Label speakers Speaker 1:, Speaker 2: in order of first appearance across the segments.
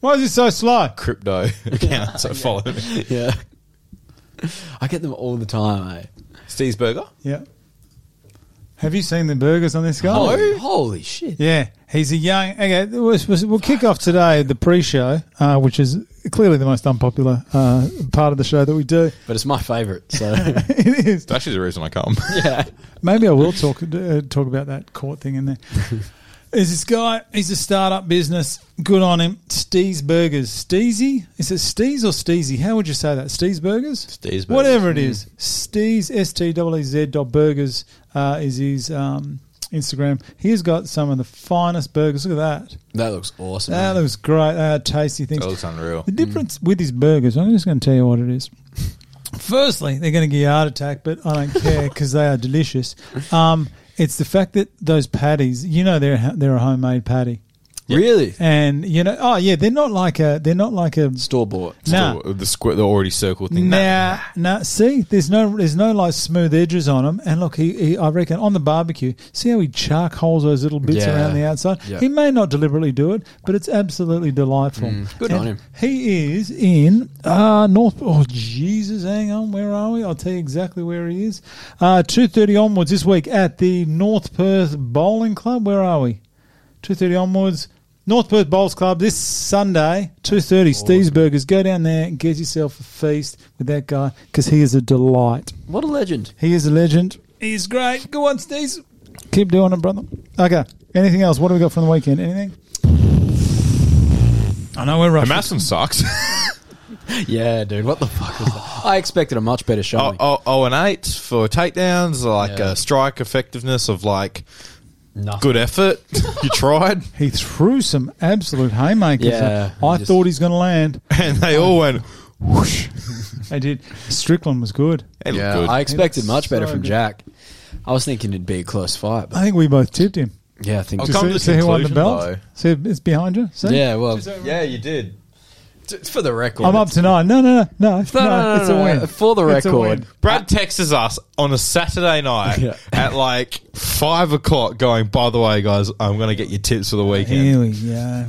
Speaker 1: Why is he so slow?
Speaker 2: crypto account, so follow me.
Speaker 3: Yeah. I get them all the time, eh?
Speaker 2: Steve's Burger.
Speaker 1: Yeah. Have you seen the burgers on this guy?
Speaker 3: Holy, holy shit.
Speaker 1: Yeah, he's a young. Okay, we'll, we'll kick off today the pre-show, uh, which is clearly the most unpopular uh, part of the show that we do.
Speaker 3: But it's my favourite, so
Speaker 1: it is.
Speaker 2: That's actually the reason I come.
Speaker 3: yeah.
Speaker 1: Maybe I will talk uh, talk about that court thing in there. There's this guy. He's a startup business. Good on him. Steez Burgers. Steezy. Is it Steez or Steezy? How would you say that? Steez Burgers.
Speaker 2: Steez Burgers.
Speaker 1: Whatever it is. Steez S T E E Z dot burgers uh, is his um, Instagram. He's got some of the finest burgers. Look at that.
Speaker 3: That looks awesome. eh?
Speaker 1: That
Speaker 3: man.
Speaker 1: looks great. Uh, tasty things.
Speaker 2: That looks unreal.
Speaker 1: The difference with his burgers, I'm just going to tell you what it is. Firstly, they're going to give you a heart attack, but I don't care because they are delicious. Um, it's the fact that those patties, you know, they're they're a homemade patty,
Speaker 3: Really?
Speaker 1: and you know, oh yeah, they're not like a they're not like a
Speaker 3: Store bought.
Speaker 1: nah.
Speaker 2: The, the squ- the already circled thing.
Speaker 1: Nah, nah. See, there's no, there's no like smooth edges on them. And look, he, he I reckon on the barbecue, see how he charcoals those little bits
Speaker 3: Yeah.
Speaker 1: around the outside.
Speaker 3: Yeah.
Speaker 1: He may not deliberately do it, but it's absolutely delightful.
Speaker 3: Good
Speaker 1: And
Speaker 3: on him.
Speaker 1: He is in uh, North. Oh Jesus, hang on, where are we? I'll tell you exactly where he is. Uh, Two thirty onwards this week at the North Perth Bowling Club. Where are we? Two thirty onwards. North Perth Bowls Club this Sunday, two thirty. Steve's Burgers. Go down there and get yourself a feast with that guy because he is a delight.
Speaker 3: What a legend.
Speaker 1: He is a legend. He's great. Go on, Steve's. Keep doing it, brother. Okay. Anything else? What do we got from the weekend? Anything? I know we're
Speaker 2: Nah.
Speaker 1: rushing.
Speaker 2: Madison sucks.
Speaker 3: Yeah, dude. What the fuck was that? I expected a much better
Speaker 2: oh,
Speaker 3: showing.
Speaker 2: oh, oh, and eight for takedowns, like
Speaker 3: Yeah.
Speaker 2: uh, strike effectiveness of like
Speaker 3: Nothing.
Speaker 2: good effort. you tried,
Speaker 1: He threw some absolute haymakers.
Speaker 3: Yeah,
Speaker 1: I
Speaker 3: he just-
Speaker 1: thought he's going to land.
Speaker 2: and they all went whoosh.
Speaker 1: I did. Strickland was good.
Speaker 2: They look
Speaker 3: Yeah,
Speaker 2: good.
Speaker 3: I expected
Speaker 1: looks
Speaker 3: much better
Speaker 1: so
Speaker 3: from
Speaker 1: good.
Speaker 3: Jack. I was thinking it'd be a close fight, but
Speaker 1: I think we both tipped him.
Speaker 3: yeah, I think
Speaker 2: I'll
Speaker 1: Do you
Speaker 2: come
Speaker 1: see,
Speaker 2: to the
Speaker 1: see who won the
Speaker 2: conclusion,
Speaker 1: belt?
Speaker 2: though.
Speaker 1: See, it's behind you. See?
Speaker 3: yeah. Well,
Speaker 2: yeah, you did.
Speaker 3: for the record,
Speaker 1: I'm up to nine. No, no, no, no,
Speaker 3: No, no, no,
Speaker 1: it's
Speaker 3: no,
Speaker 1: a win.
Speaker 3: no. For the
Speaker 1: It's a
Speaker 3: record.
Speaker 1: win.
Speaker 2: Brad texts us on a Saturday night
Speaker 3: Yeah.
Speaker 2: at like five o'clock, going, "By the way, guys, I'm going to get your tips for the weekend."
Speaker 1: Here we go.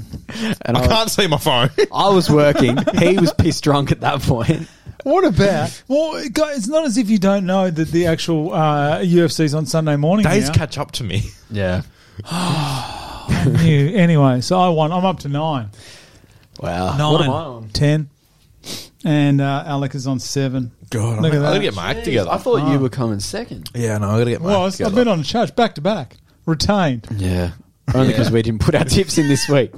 Speaker 3: and I,
Speaker 2: I
Speaker 3: was,
Speaker 2: can't see my phone.
Speaker 3: I was working. he was pissed drunk at that point.
Speaker 1: What about? Well, it go- it's not as if you don't know that the actual uh, UFC's on Sunday morning.
Speaker 2: Days
Speaker 1: now.
Speaker 2: catch up to me.
Speaker 3: Yeah.
Speaker 1: You- anyway, so I won. I'm up to nine.
Speaker 3: Wow.
Speaker 1: Nine.
Speaker 3: What am I on?
Speaker 1: Ten. And uh, Alec is on seven.
Speaker 2: God,
Speaker 1: Look
Speaker 2: I
Speaker 1: at that.
Speaker 2: gotta get my act together.
Speaker 3: I thought you were coming second.
Speaker 2: yeah, no, I gotta get my
Speaker 1: Well,
Speaker 2: act
Speaker 1: I've
Speaker 2: together.
Speaker 1: been on a charge back to back, retained.
Speaker 3: Yeah. Only because we didn't put our tips in this week.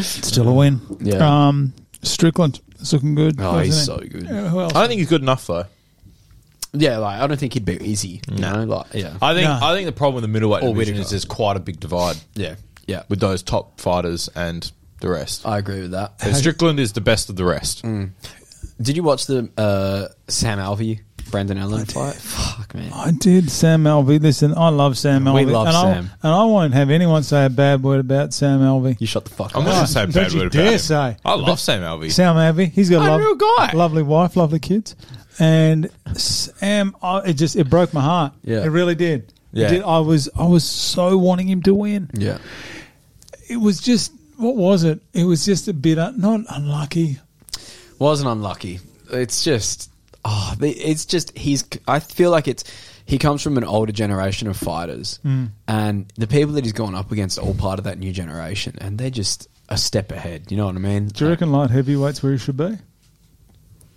Speaker 1: Still a win.
Speaker 3: Yeah.
Speaker 1: Um, Strickland is looking good.
Speaker 3: Oh, he's so
Speaker 1: isn't he?
Speaker 3: good.
Speaker 1: Yeah, who else?
Speaker 2: I don't think he's good enough though.
Speaker 3: Yeah, like I don't think he'd be easy. You know, like yeah,
Speaker 2: I think
Speaker 1: No.
Speaker 2: I think the problem with the middleweight
Speaker 3: Or
Speaker 2: division
Speaker 3: which
Speaker 2: is there's quite a big divide
Speaker 3: yeah, yeah.
Speaker 2: with those top fighters and the
Speaker 1: Uh,
Speaker 2: rest.
Speaker 3: I agree with that.
Speaker 2: And Strickland is the best of the rest.
Speaker 3: Did you watch the uh, Sam Alvey Brandon Allen fight? Fuck man.
Speaker 1: I did Sam Alvey. Listen, I love Sam Alvey.
Speaker 3: We love
Speaker 1: and
Speaker 3: Sam.
Speaker 1: I, and I won't have anyone say a bad word about Sam Alvey.
Speaker 3: You shut the fuck
Speaker 2: I'm
Speaker 3: up.
Speaker 2: not gonna say a
Speaker 1: Ah, don't
Speaker 2: bad
Speaker 1: you
Speaker 2: word
Speaker 1: dare
Speaker 2: about him.
Speaker 1: say.
Speaker 2: I love Sam Alvey.
Speaker 1: Sam Alvey, he's got a lo-
Speaker 2: Unreal guy.
Speaker 1: lovely wife, lovely kids, and Sam. I, it just it broke my heart.
Speaker 3: Yeah.
Speaker 1: it really did. It
Speaker 2: Yeah.
Speaker 1: did. I was I was so wanting him to win.
Speaker 3: Yeah.
Speaker 1: It was just what was it? It was just a bit un, not unlucky.
Speaker 3: wasn't unlucky. It's just, oh, the- it's just he's. I feel like it's he comes from an older generation of fighters, and the people that he's gone up against are all part of that new generation, and they're just a step ahead. You know what I mean?
Speaker 1: Do you reckon light heavyweight's where he should be?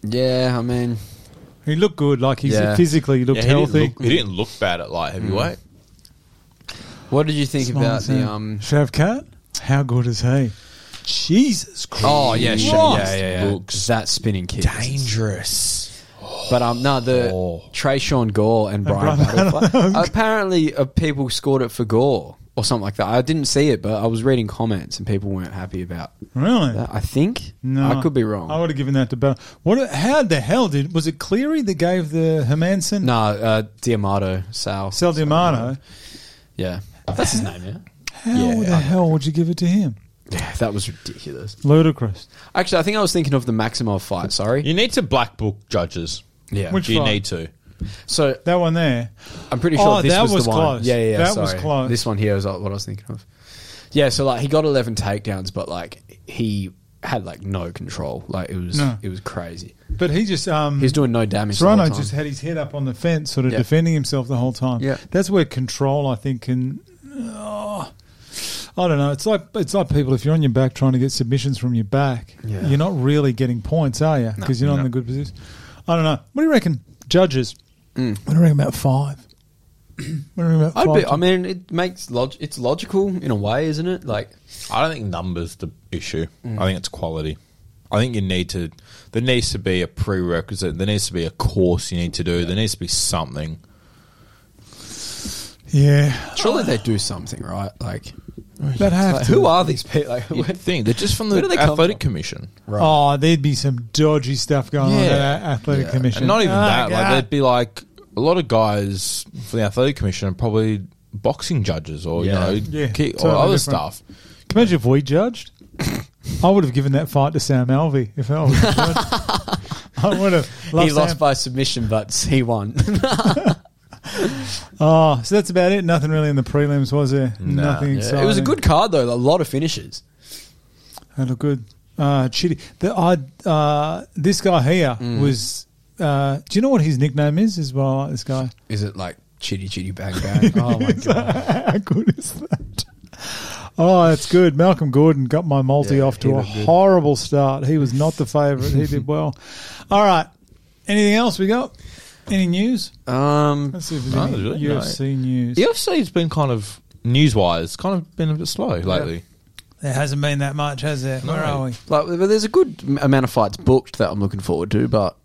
Speaker 3: Yeah, I mean,
Speaker 1: He looked good. Like he
Speaker 3: Yeah.
Speaker 1: physically looked
Speaker 2: Yeah, he, didn't
Speaker 1: healthy.
Speaker 2: look, he didn't look bad at light heavyweight.
Speaker 3: what did you think
Speaker 1: Smile,
Speaker 3: about
Speaker 1: Sam.
Speaker 3: the um?
Speaker 1: Shavkat? How good is he? Jesus Christ!
Speaker 3: Oh yeah, sure, yeah,
Speaker 1: Christ.
Speaker 3: yeah, yeah.
Speaker 2: Looks
Speaker 3: that spinning kick,
Speaker 2: Dangerous.
Speaker 3: but um, no, the
Speaker 2: Oh.
Speaker 3: Trayshawn Gore and Brian
Speaker 1: Brian
Speaker 3: Battle. fight. Apparently, uh, people scored it for Gore or something like that. I didn't see it, but I was reading comments and people weren't happy about
Speaker 1: Really?
Speaker 3: That- I think.
Speaker 1: No,
Speaker 3: I could be wrong.
Speaker 1: I would have given that to Bell. What? How the hell did? Was it Cleary that gave the Hermanson?
Speaker 3: no, uh, Diamato Sal.
Speaker 1: Sal Diamano.
Speaker 3: Yeah, that's his name. Yeah.
Speaker 1: How
Speaker 3: Yeah,
Speaker 1: the
Speaker 3: I-
Speaker 1: hell would you give it to him?
Speaker 3: Yeah, that was ridiculous.
Speaker 1: Ludicrous.
Speaker 3: Actually, I think I was thinking of the Maximov fight. Sorry.
Speaker 2: You need to black book judges.
Speaker 3: Yeah.
Speaker 1: Which-
Speaker 2: you
Speaker 1: fight?
Speaker 2: need to.
Speaker 3: so
Speaker 1: That one there.
Speaker 3: I'm pretty
Speaker 1: Oh,
Speaker 3: sure this
Speaker 1: that
Speaker 3: was,
Speaker 1: was
Speaker 3: the one.
Speaker 1: close.
Speaker 3: Yeah, yeah, yeah,
Speaker 1: That
Speaker 3: sorry.
Speaker 1: was close.
Speaker 3: This one here is what I was thinking of. Yeah, so like he got eleven takedowns, but like he had like no control. Like it was
Speaker 1: No.
Speaker 3: it was crazy.
Speaker 1: But he just um,
Speaker 3: He's doing no damage. the whole
Speaker 1: Toronto
Speaker 3: time.
Speaker 1: just had his head up on the fence, sort of
Speaker 3: Yeah.
Speaker 1: defending himself the whole time.
Speaker 3: Yeah.
Speaker 1: that's where control, I think, can. Oh, I don't know. It's like it's like people. If you're on your back trying to get submissions from your back,
Speaker 3: Yeah.
Speaker 1: you're not really getting points, are you? Because you're not in a good position. I don't know. What do you reckon, judges? What do you reckon about five? what do you reckon about
Speaker 3: Mm. I'd
Speaker 1: five?
Speaker 3: be, I mean, it makes log- it's logical in a way, isn't it? Like,
Speaker 2: I don't think numbers the issue. I think it's quality. I think you need to. There needs to be a prerequisite. There needs to be a course you need to do. There needs to be something.
Speaker 1: yeah,
Speaker 3: surely they do something, right? Like,
Speaker 1: that have
Speaker 3: like,
Speaker 1: to.
Speaker 3: who are these people? Like,
Speaker 2: You
Speaker 3: where-
Speaker 2: think they're just from
Speaker 3: Where
Speaker 2: the
Speaker 3: do they come
Speaker 2: athletic
Speaker 3: from?
Speaker 2: commission,
Speaker 1: Oh, there'd be some dodgy stuff going on
Speaker 2: Yeah.
Speaker 1: at our athletic
Speaker 3: Yeah.
Speaker 1: commission.
Speaker 2: and not even
Speaker 1: Ah,
Speaker 2: that. Like
Speaker 1: God.
Speaker 2: they'd be like a lot of guys for the athletic commission are probably boxing judges or
Speaker 3: Yeah.
Speaker 2: you know
Speaker 1: Yeah,
Speaker 2: kick, or
Speaker 1: totally
Speaker 2: other
Speaker 1: different.
Speaker 2: stuff.
Speaker 1: Can you imagine if we judged? I would have given that fight to Sam Alvey if I was a judge. I would have.
Speaker 3: he
Speaker 1: Loved
Speaker 3: lost
Speaker 1: Sam.
Speaker 3: by submission, but he won.
Speaker 1: oh, so that's about it. Nothing really in the prelims, was there?
Speaker 2: Nah.
Speaker 1: Nothing exciting.
Speaker 3: it was a good card though. A lot of finishes.
Speaker 1: That looked good. Uh, chitty. The, I, uh, this guy here
Speaker 3: Mm.
Speaker 1: was. Uh, do you know what his nickname is? As well, I like this guy.
Speaker 3: Is it like chitty chitty bang bang? oh my god!
Speaker 1: How good is that? Oh, that's good. Malcolm Gordon got my multi
Speaker 3: Yeah,
Speaker 1: off
Speaker 3: he
Speaker 1: to a
Speaker 3: looked good.
Speaker 1: horrible start. He was not the favourite. he did well. All right. Anything else we got? Any news?
Speaker 3: Um,
Speaker 1: Let's see if there's
Speaker 2: No,
Speaker 1: any
Speaker 2: really, no.
Speaker 1: UFC news.
Speaker 2: The UFC's been kind of news wise, kind of been a bit slow lately.
Speaker 1: There hasn't been that much, has there? Where
Speaker 2: No.
Speaker 1: are we?
Speaker 3: like, but there's a good m- amount of fights booked that I'm looking forward to, but.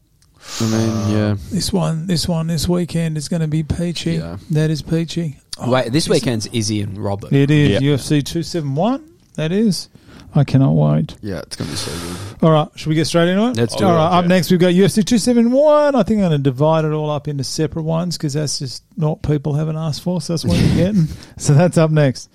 Speaker 3: I mean, yeah.
Speaker 1: This one, this one, this weekend is going to be peachy.
Speaker 3: Yeah.
Speaker 1: That is peachy.
Speaker 3: Wait, this weekend's Izzy and Robert.
Speaker 1: It is
Speaker 2: Yeah.
Speaker 1: UFC 271. That is. I cannot wait.
Speaker 3: Yeah, it's gonna be so good.
Speaker 1: All right, should we get straight into it?
Speaker 3: Let's do
Speaker 1: All
Speaker 3: it.
Speaker 1: right, up
Speaker 2: Yeah.
Speaker 1: next we've got UFC 271. I think I'm going to divide it all up into separate ones because that's just not people haven't asked for, so that's what you're getting. So that's up next.